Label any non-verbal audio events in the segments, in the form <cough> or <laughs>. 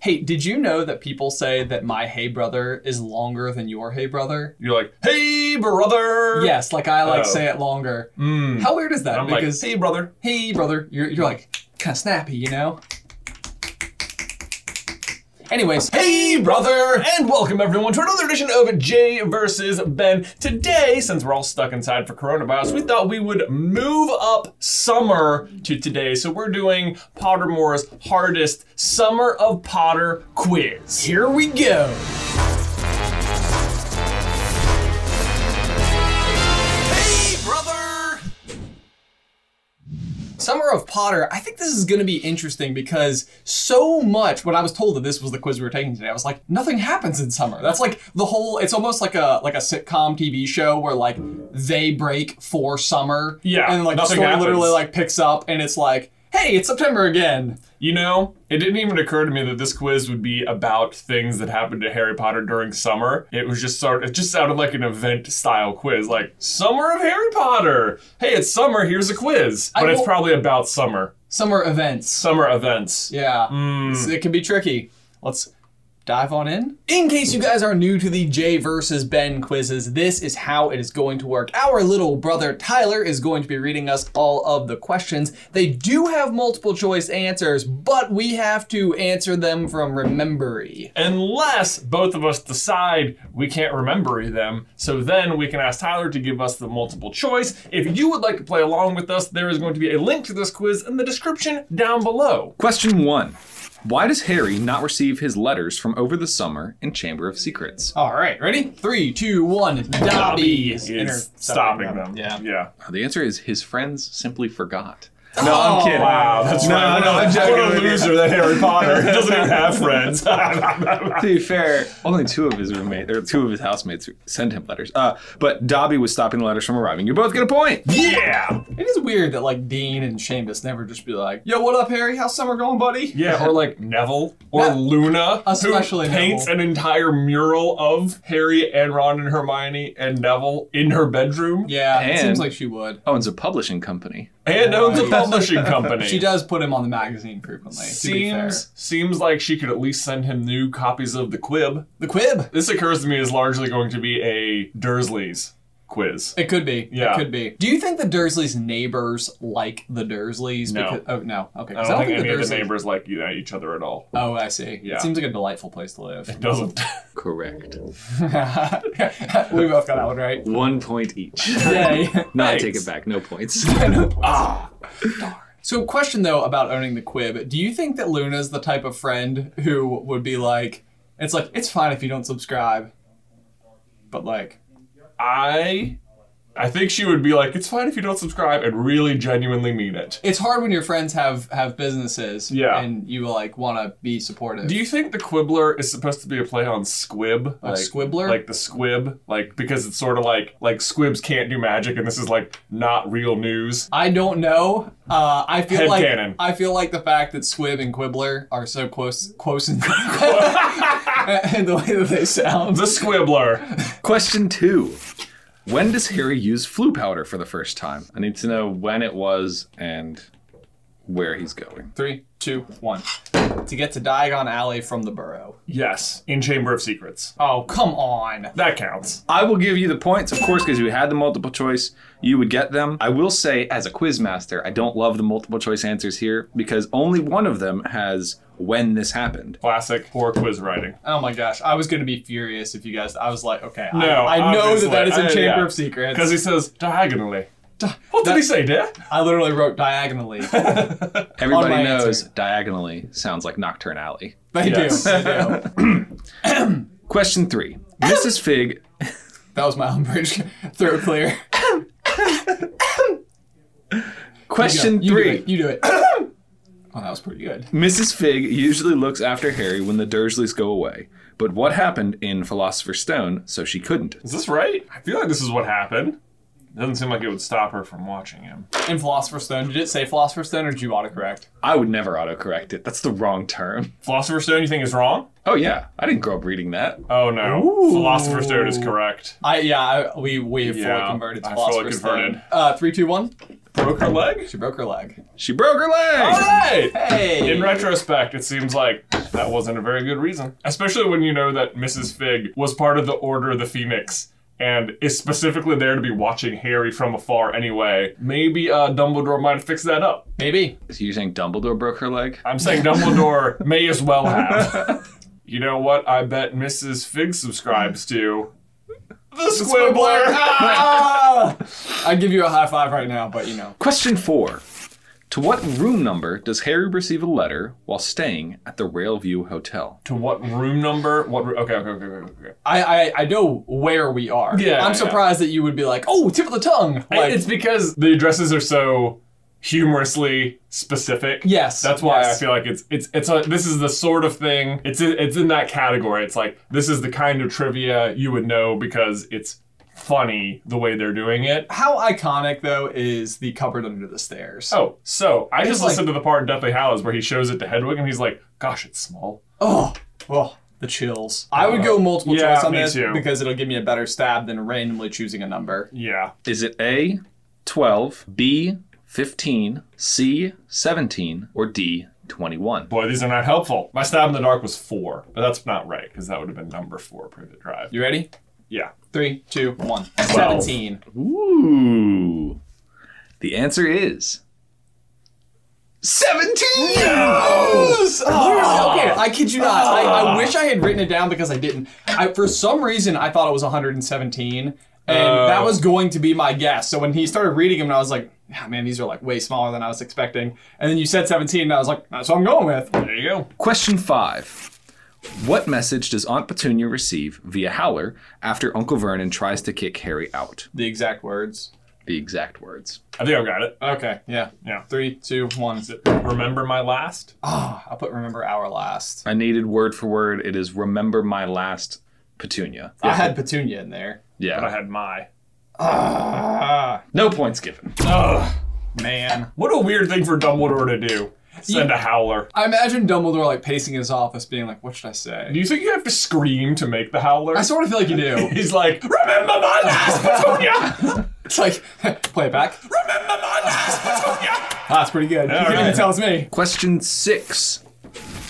Hey, did you know that people say that my hey brother is longer than your hey brother? You're like, hey, brother. Yes, like I like Oh. say it longer. Mm. How weird is that? I'm because like, hey, brother. hey brother, you're you're like kind of snappy, you know. Anyways, Hey, brother, and welcome everyone to another edition of Jay versus Ben. Today, since we're all stuck inside for coronavirus, we thought we would move up summer to today. So we're doing Pottermore's hardest Summer of Potter quiz. here we go. Hey, brother. Summer of Potter, I think this is going to be interesting because so much when I was told that this was the quiz we were taking today, I was like, nothing happens in summer. That's like the whole it's almost like a like a sitcom TV show where like they break for summer. Yeah, And like the nothing story happens. literally like picks up and it's like, hey, it's September again. You know, it didn't even occur to me that this quiz would be about things that happened to Harry Potter during summer. It was just sort it just sounded like an event style quiz, like Summer of Harry Potter. Hey, it's summer, here's a quiz. But it's will- probably about summer. Summer events. Summer events. Yeah. Mm. So it can be tricky. Let's dive on in. In case you guys are new to the J versus Ben quizzes, this is how it is going to work. Our little brother Tyler is going to be reading us all of the questions. They do have multiple choice answers, but we have to answer them from memory. Unless both of us decide we can't remember them, so then we can ask Tyler to give us the multiple choice. If you would like to play along with us, there is going to be a link to this quiz in the description down below. Question one Why does Harry not receive his letters from over the summer in Chamber of Secrets? All right, ready? Three, two, one. Dobby is stopping them. Yeah. Yeah. Uh, The answer is his friends simply forgot. No, I'm kidding. Oh, Wow, that's No, right. no, I'm What joking a with you. loser that Harry Potter doesn't even have friends. To be fair, only two of his roommate or two of his housemates sent him letters. Uh, but Dobby was stopping the letters from arriving. You both get a point. <laughs> yeah, It is weird that like Dean and Seamus never just be like, "Yo, what up, Harry? How's summer going, buddy?" yeah, or like Neville or Yeah. Luna, Especially who paints Neville. an entire mural of Harry and Ron and Hermione and Neville in her bedroom, Yeah, it And- seems like she would. Owns a publishing company. and owns a Nice. publishing company. She does put him on the magazine frequently. To be fair. Seems seems like she could at least send him new copies of the Quib. the quib. This occurs to me is largely going to be a Dursley's quiz. It could be. Yeah. It could be. Do you think the Dursleys' neighbors like the Dursleys? No. Because, oh no. Okay. I 'Cause don't, think, any of the Dursleys- neighbors like you know, each other at all. Oh, I see. Yeah. It seems like a delightful place to <laughs> live. Doesn't. <laughs> Correct. we both got that one right. One point each. Yay. <laughs> <laughs> no, I Thanks. take it back. No points. ah. So, question though about owning the quib. Do you think that Luna's the type of friend who would be like, it's like, it's fine if you don't subscribe, but like, I I think she would be like, it's fine if you don't subscribe and really genuinely mean it. it's hard when your friends have have businesses Yeah. and you like want to be supportive. Do you think the quibbler is supposed to be a play on squib? Like squibbler? Like the squib? Like because it's sort of like like squibs can't do magic and this is like not real news. <laughs> I don't know. Uh, I feel like Headcanon. I feel like the fact that Squib and Quibbler are so close, close, in, <laughs> and the way that they sound. The squibbler. <laughs> Question two. When does Harry use flu powder for the first time? I need to know when it was and where he's going. Three, two, one. To get to Diagon Alley from the Burrow. yes, in Chamber of Secrets. Oh, come on. That counts. I will give you the points, of course, because you had the multiple choice. You would get them. I will say, as a quiz master, I don't love the multiple choice answers here because only one of them has when this happened. Classic poor quiz writing. Oh my gosh, I was gonna be furious if you guys. I was like, okay, No, I, I know that obviously. that is in I- Chamber yeah. of Because Secrets. he says diagonally. what did he say, Dad? I literally wrote <laughs> diagonally. Everybody my knows answer. diagonally sounds like Nocturne Alley. They Yes. do. They do. Question three Mrs. Fig. That was my umbrage throat clear. Question you three. Do it. You do it. <coughs> Oh, that was pretty good. Mrs. Fig usually looks after Harry when the Dursleys go away. But what happened in Philosopher's Stone, so she couldn't? Is this right? I feel like this is what happened. Doesn't seem like it would stop her from watching him. In Philosopher's Stone, did it say Philosopher's Stone or did you autocorrect? I would never autocorrect it. That's the wrong term. Philosopher's Stone, you think is wrong? Oh, yeah. I didn't grow up reading that. Oh no. Ooh. Philosopher's Stone is correct. I yeah, I, we we have Yeah, fully converted to I fully Philosopher's converted. Stone. Uh, three, two, one. broke her leg? She broke her leg. She broke her All leg. right. Hey. In retrospect, it seems like that wasn't a very good reason. Especially when you know that Mrs. Fig was part of the Order of the Phoenix and is specifically there to be watching Harry from afar anyway. Maybe uh, Dumbledore might fix that up. Maybe. So you're saying Dumbledore broke her leg? I'm <laughs> saying Dumbledore may as well have. You know what? I bet Mrs. Fig subscribs to the Squibbler. Ah! I'd give you a high five right now, but you know. Question four. To what room number does Harry receive a letter while staying at the Railview Hotel? to what room number? What? Ro- okay, okay, okay, okay, okay. I, I, I know where we are. Yeah, yeah. I'm surprised that you would be like, oh, tip of the tongue. Like, it's because the addresses are so humorously specific. Yes, that's why yes. I feel like it's it's it's a, this is the sort of thing. It's in, it's in that category. It's like this is the kind of trivia you would know because it's funny the way they're doing it. how iconic though is the cupboard under the stairs? Oh, so I just like- listened to the part in Deathly Hallows where he shows it to Hedwig and he's like, "Gosh, it's small." Oh, oh, the chills. I would go multiple Uh, yeah, choice on me this too. because it'll give me a better stab than randomly choosing a number. Yeah, Is it A, 12, B, 15, C, 17, or D, 21? boy, these are not helpful. My stab in the dark was four, but that's not right because that would have been number four per the drive. You ready? Yeah. Three, two, one. Twelve. Seventeen. Ooh. The answer is 17! Oh, okay, I kid you not. I, I wish I had written it down because I didn't. I, for some reason, I thought it was 117, and Oh. that was going to be my guess. So when he started reading them, I was like, "Ah, man, these are like way smaller than I was expecting. And then you said 17, and I was like, that's what I'm going with. There you go. Question five. What message does Aunt Petunia receive via Howler after Uncle Vernon tries to kick Harry out? The exact words. The exact words. I think I've got it. Okay, yeah. Yeah. Three, two, one. Remember my last? Ah, I'll put remember our last. I needed word for word. It is remember my last Petunia. I had Petunia in there. But I Yeah. had my. Ah, No points given. Ugh. man. What a weird thing for Dumbledore to do. Send a howler. I imagine Dumbledore like pacing his office, being like, "What should I say?" Do you think you have to scream to make the howler? I sort of feel like you do. He's like, remember my last <laughs> Petunia! It's like, <laughs> play it back. remember my last Petunia! Ah, that's pretty good. you can right. even tell it's me. Question six.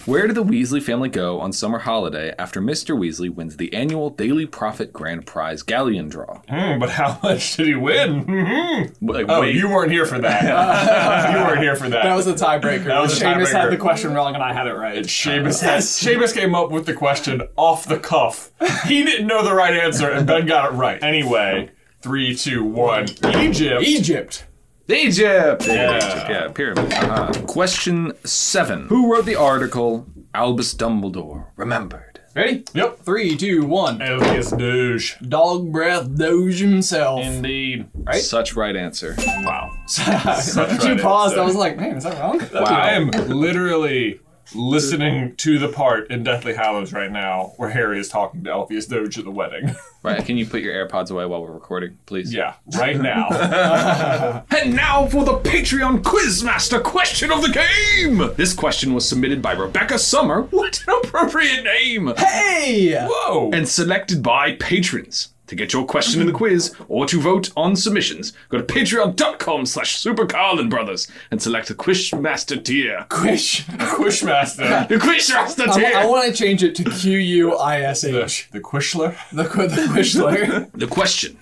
Where do the Weasley family go on summer holiday after Mr. Weasley wins the annual Daily Profit Grand Prize Galleon draw? Hmm, but how much did he win? Mhm. Like, oh, wait, you weren't here for that. <laughs> you weren't here for that. That was the tiebreaker. That was the Seamus tiebreaker. had the question wrong and I had it right. Seamus, <laughs> Seamus Uh, came up with the question off the cuff. He didn't know the right answer, and Ben got it right. Anyway, three, two, one. Egypt. Egypt. Egypt! Yeah. Egypt, yeah, pyramid. Uh-huh. Question seven. Who wrote the article Albus Dumbledore Remembered? Ready? Yep. Three, two, one. Elias douche. Dog breath doge himself. <laughs> Indeed. Right? Such right answer. Wow. Did right you paused. answer. I was like, man, is that <laughs> wrong? I am literally listening to the part in Deathly Hallows right now where Harry is talking to Elpheus Doge at the wedding. <laughs> Right, can you put your AirPods away while we're recording, please? yeah, right <laughs> now. And now for the Patreon Quizmaster question of the game! This question was submitted by Rebecca Summer. What an appropriate name! Hey! Whoa. and selected by patrons. To get your question in the quiz or to vote on submissions, go to patreon.com slash supercarlinbrothers and select the Quizmaster tier. <laughs> Quish. Quishmaster. The Quizmaster I, tier! want to change it to Q U I S H. The Quishler. <laughs> The qu- the <laughs> Quishler. the question.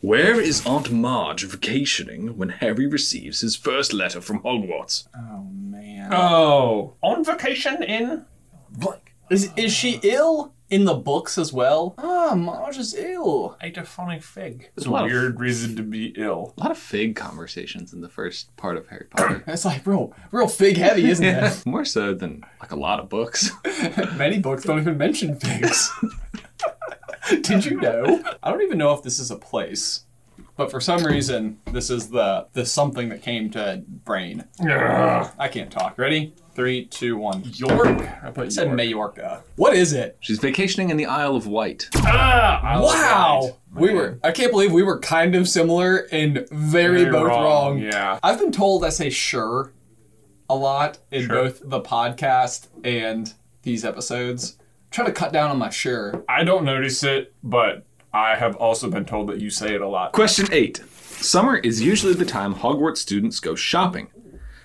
Where is Aunt Marge vacationing when Harry receives his first letter from Hogwarts? Oh man. Oh. On vacation in blank. Is is she ill in the books as well? Ah, Marge is ill. Ate a funny fig. It's a lot of- weird reason to be ill. A lot of fig conversations in the first part of Harry Potter. It's like, bro, real fig heavy, isn't <laughs> it? <laughs> More so than like a lot of books. <laughs> Many books don't even mention figs. <laughs> Did you know? I don't even know if this is a place, but for some reason, this is the the something that came to brain. Ugh. I can't talk. Ready? Three, two, one. York. I put It said Majorca. What is it? She's vacationing in the Isle of Wight. Ah, I was right. Wow. We were. I can't believe we were kind of similar and very, Very both wrong. Yeah. I've been told I say sure a lot in Sure. both the podcast and these episodes. Try to cut down on my sure. I don't notice it, but I have also been told that you say it a lot. Question eight. Summer is usually the time Hogwarts students go shopping.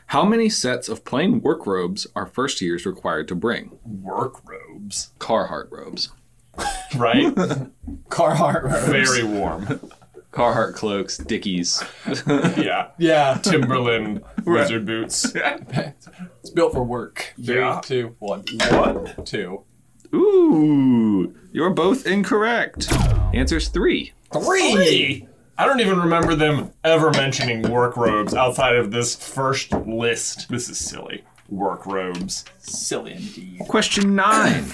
How many sets of plain work robes are first years required to bring? Work robes. Carhartt robes. <laughs> Right? Carhartt robes. Very warm. Carhartt cloaks, dickies. <laughs> Yeah. Yeah, Timberland wizard boots. <laughs> it's built for work. Three, Yeah. two, one. What? Two. Ooh, you're both incorrect. Answer's three. Three. Three. I don't even remember them ever mentioning work robes outside of this first list. This is silly. Work robes. Silly indeed. Question nine.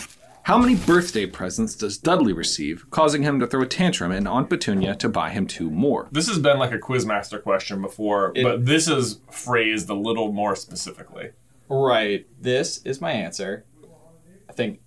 How many birthday presents does Dudley receive, causing him to throw a tantrum and Aunt Petunia to buy him two more? This has been like a quizmaster question before, but this is phrased a little more specifically. Right. This is my answer. I think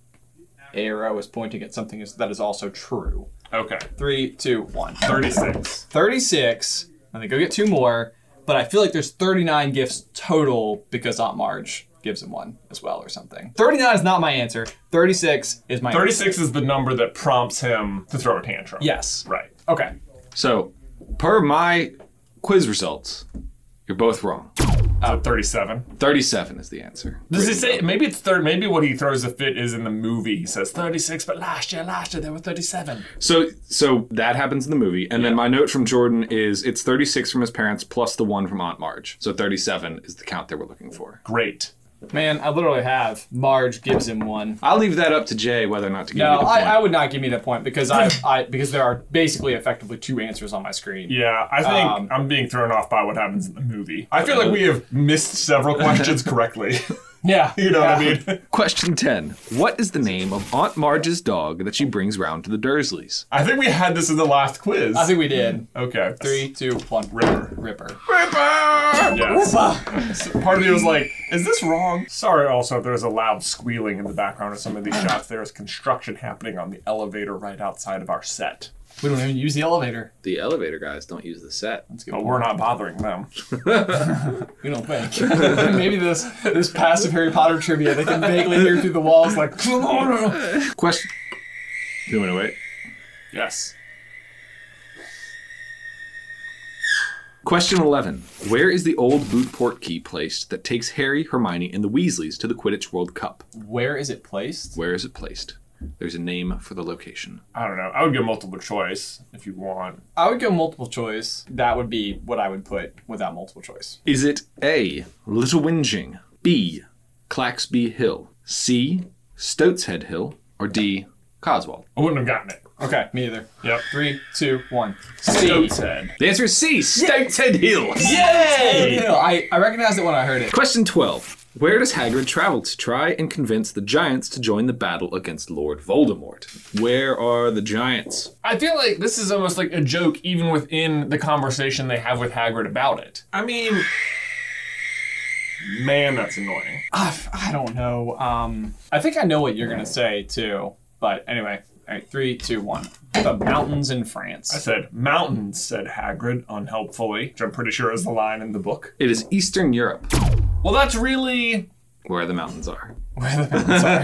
arrow is pointing at something is- that is also true. Okay. Three, two, one. 36. 36. And they go get two more. But I feel like there's 39 gifts total because Aunt Marge gives him one as well or something. 39 is not my answer. 36 is my 36 is the number that prompts him to throw a tantrum. Yes. Right. Okay. So, per my quiz results, you're both wrong. So 37. 37 is the answer. Uh, Does he say maybe it's third? Maybe what he throws a fit is in the movie. He says thirty six, but last year, last year there were thirty seven. So so that happens in the movie, and then my note from Jordan is it's 36 from his parents plus the one from Aunt Marge. So 37 is the count that we're looking for. Great. Man, I literally have Marge gives him one. I'll leave that up to Jay whether or not to give No, you the point. I, I would not give me that point because <laughs> I, I because there are basically effectively two answers on my screen. Yeah, I think Um, I'm being thrown off by what happens in the movie. I feel like we have missed several <laughs> questions correctly. Yeah. you know what I Yeah. mean? Question 10. What is the name of Aunt Marge's dog that she brings round to the Dursleys? I think we had this in the last quiz. I think we did. okay. Three, two, one. Ripper. Ripper. Yes. Part of me was like, is this wrong? Sorry also if there's a loud squealing in the background of some of these shots. There is construction happening on the elevator right outside of our set. We don't even use the elevator. The elevator guys don't use the set. But we're not bothering them. We don't win. <laughs> Maybe this this passive Harry Potter trivia they can vaguely hear through the walls like come on. Question. Do you want to wait? Yes. Question 11. Where is the old boot port key placed that takes Harry, Hermione, and the Weasleys to the Quidditch World Cup? Where is it placed? Where is it placed? There's a name for the location. I don't know. I would give multiple choice if you want. I would go multiple choice. That would be what I would put without multiple choice. Is it A. Little Whinging, B. Claxby Hill, C. Stoteshead Hill, or D. Coswald? I wouldn't have gotten it. Okay, me either. Yep. Three, two, one. Goat C. head. The answer is C. Stoteshead Hill. Yay! I, I recognized it when I heard it. Question 12. Where does Hagrid travel to try and convince the giants to join the battle against Lord Voldemort? Where are the giants? I feel like this is almost like a joke, even within the conversation they have with Hagrid about it. I mean, man, that's annoying. I, I don't know. Um, I think I know what you're gonna say too. But anyway, all right, three, two, one. The mountains in I France. said mountains, said Hagrid unhelpfully, which I'm pretty sure is the line in the book. It is Eastern Europe, Well, that's really where the mountains are. Where the mountains are.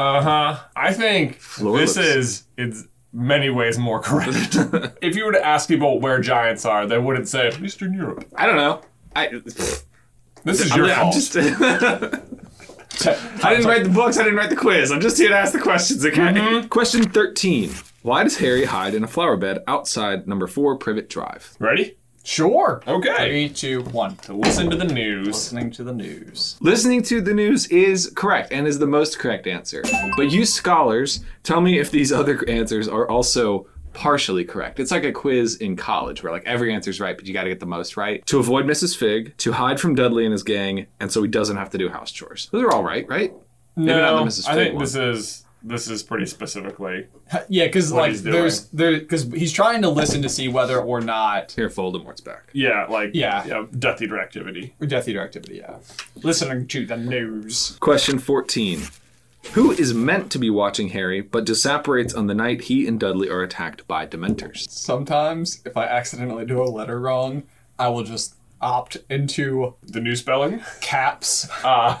uh huh. I think this looks- is it's many ways more <laughs> correct. if you were to ask people where giants are, they wouldn't say Eastern Europe. I don't know. I, pfft. This is your I'm fault. just- <laughs> I didn't write the books. I didn't write the quiz. I'm just here to ask the questions, okay? Mm-hmm. Question 13. Why does Harry hide in a flower bed outside number four Privet Drive? Ready? sure. Three, Okay. two, one. To listen to the news. Listening to the news. Listening to the news is correct and is the most correct answer. But you scholars, tell me if these <laughs> other answers are also partially correct. It's like a quiz in college where like every answer's right, but you got to get the most right. To avoid Mrs. Fig, to hide from Dudley and his gang, and so he doesn't have to do house chores. Those are all right, right? Maybe not the Mrs. I Fig think one. this is this is pretty specifically. Yeah, because What like he's doing. there's there because he's trying to listen to see whether or not Here, Voldemort's back. Yeah, like Yeah. Death Eater activity. Death Eater activity. Yeah, listening to the news. Question 14. Who is meant to be watching Harry but disapparates on the night he and Dudley are attacked by Dementors? Sometimes if I accidentally do a letter wrong, I will just opt into The new spelling. <laughs> caps. <laughs> Uh,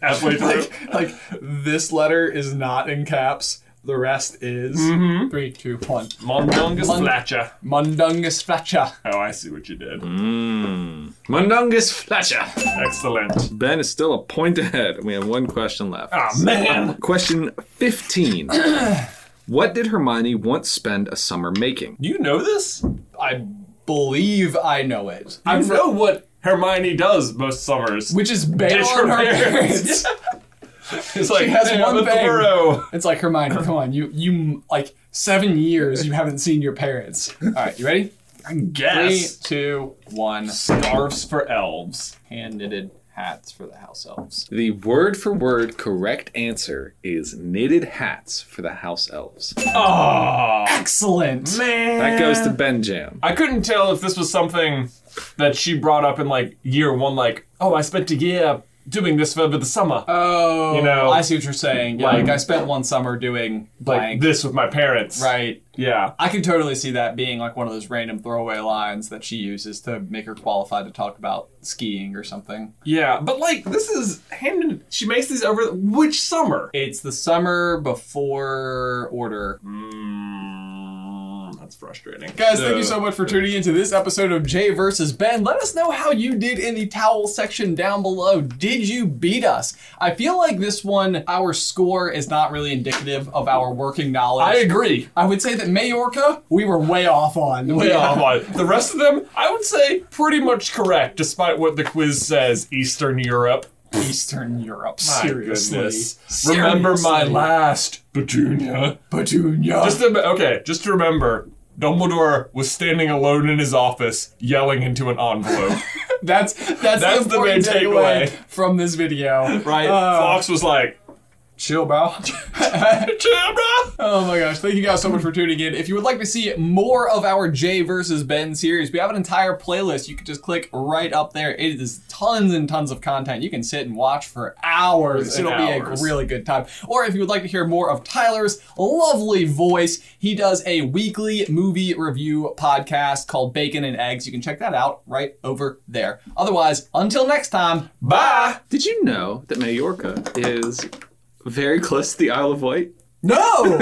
halfway through. <laughs> like like this letter is not in caps The rest is. Mm-hmm. Three, two, one. Mondungus Mond- Fletcher. Mundungus Fletcher. Oh, I see what you did. Mm. Mundungus Fletcher. Excellent. Ben is still a point <laughs> ahead. We have one question left. Ah, man. Question 15. what did Hermione once spend a summer making? You know this? I believe I know it. I I know what Hermione does most summers. Which is bail Ditch on her her parents. <laughs> parents. It's like, has "Damn one it, thing." Thoreau." It's like Hermione, come on, you you like seven years you haven't seen your parents. All right, you ready? I guess. Three, two, one. Scarves for elves. Hand knitted hats for the house elves. The word for word correct answer is knitted hats for the house elves. Oh, Excellent. man. That goes to Ben Jam. I couldn't tell if this was something that she brought up in like year one, like, oh, I spent a year doing this for the summer. Oh, You know, I see what you're saying. Yeah, like- like I spent one summer doing like blank. this with my parents. right. Yeah. I can totally see that being like one of those random throwaway lines that she uses to make her qualified to talk about skiing or something. Yeah. But like, this is handed. She makes these over which summer? It's the summer before order. Mm, that's frustrating. Guys, thank you so much for tuning into this episode of Jay versus Ben. Let us know how you did in the towel section down below. Did you beat us? I feel like this one, our score is not really indicative of our working knowledge. I agree. I would say that Majorca, we were way off on. <laughs> Way off on it. The rest of them, I would say, pretty much correct, despite what the quiz says. Eastern Europe. <laughs> Eastern Europe. My Seriously. goodness. Remember my Seriously. last petunia. Petunia. Just to, okay, just to remember, Dumbledore was standing alone in his office, yelling into an <laughs> envelope. that's that's, That's the the important main takeaway takeaway. from this video. Right? Uh, Fox was like, Chill, <laughs> bro. "Chill, bro." Oh my gosh, thank you guys so much for tuning in. If you would like to see more of our Jay versus Ben series, we have an entire playlist. You can just click right up there. It is tons and tons of content. You can sit and watch for hours. and It'll hours. be a really good time. Or if you would like to hear more of Tyler's lovely voice, he does a weekly movie review podcast called Bacon and Eggs. You can check that out right over there. Otherwise, until next time, Bye. Did you know that Majorca is very close to the Isle of Wight? no!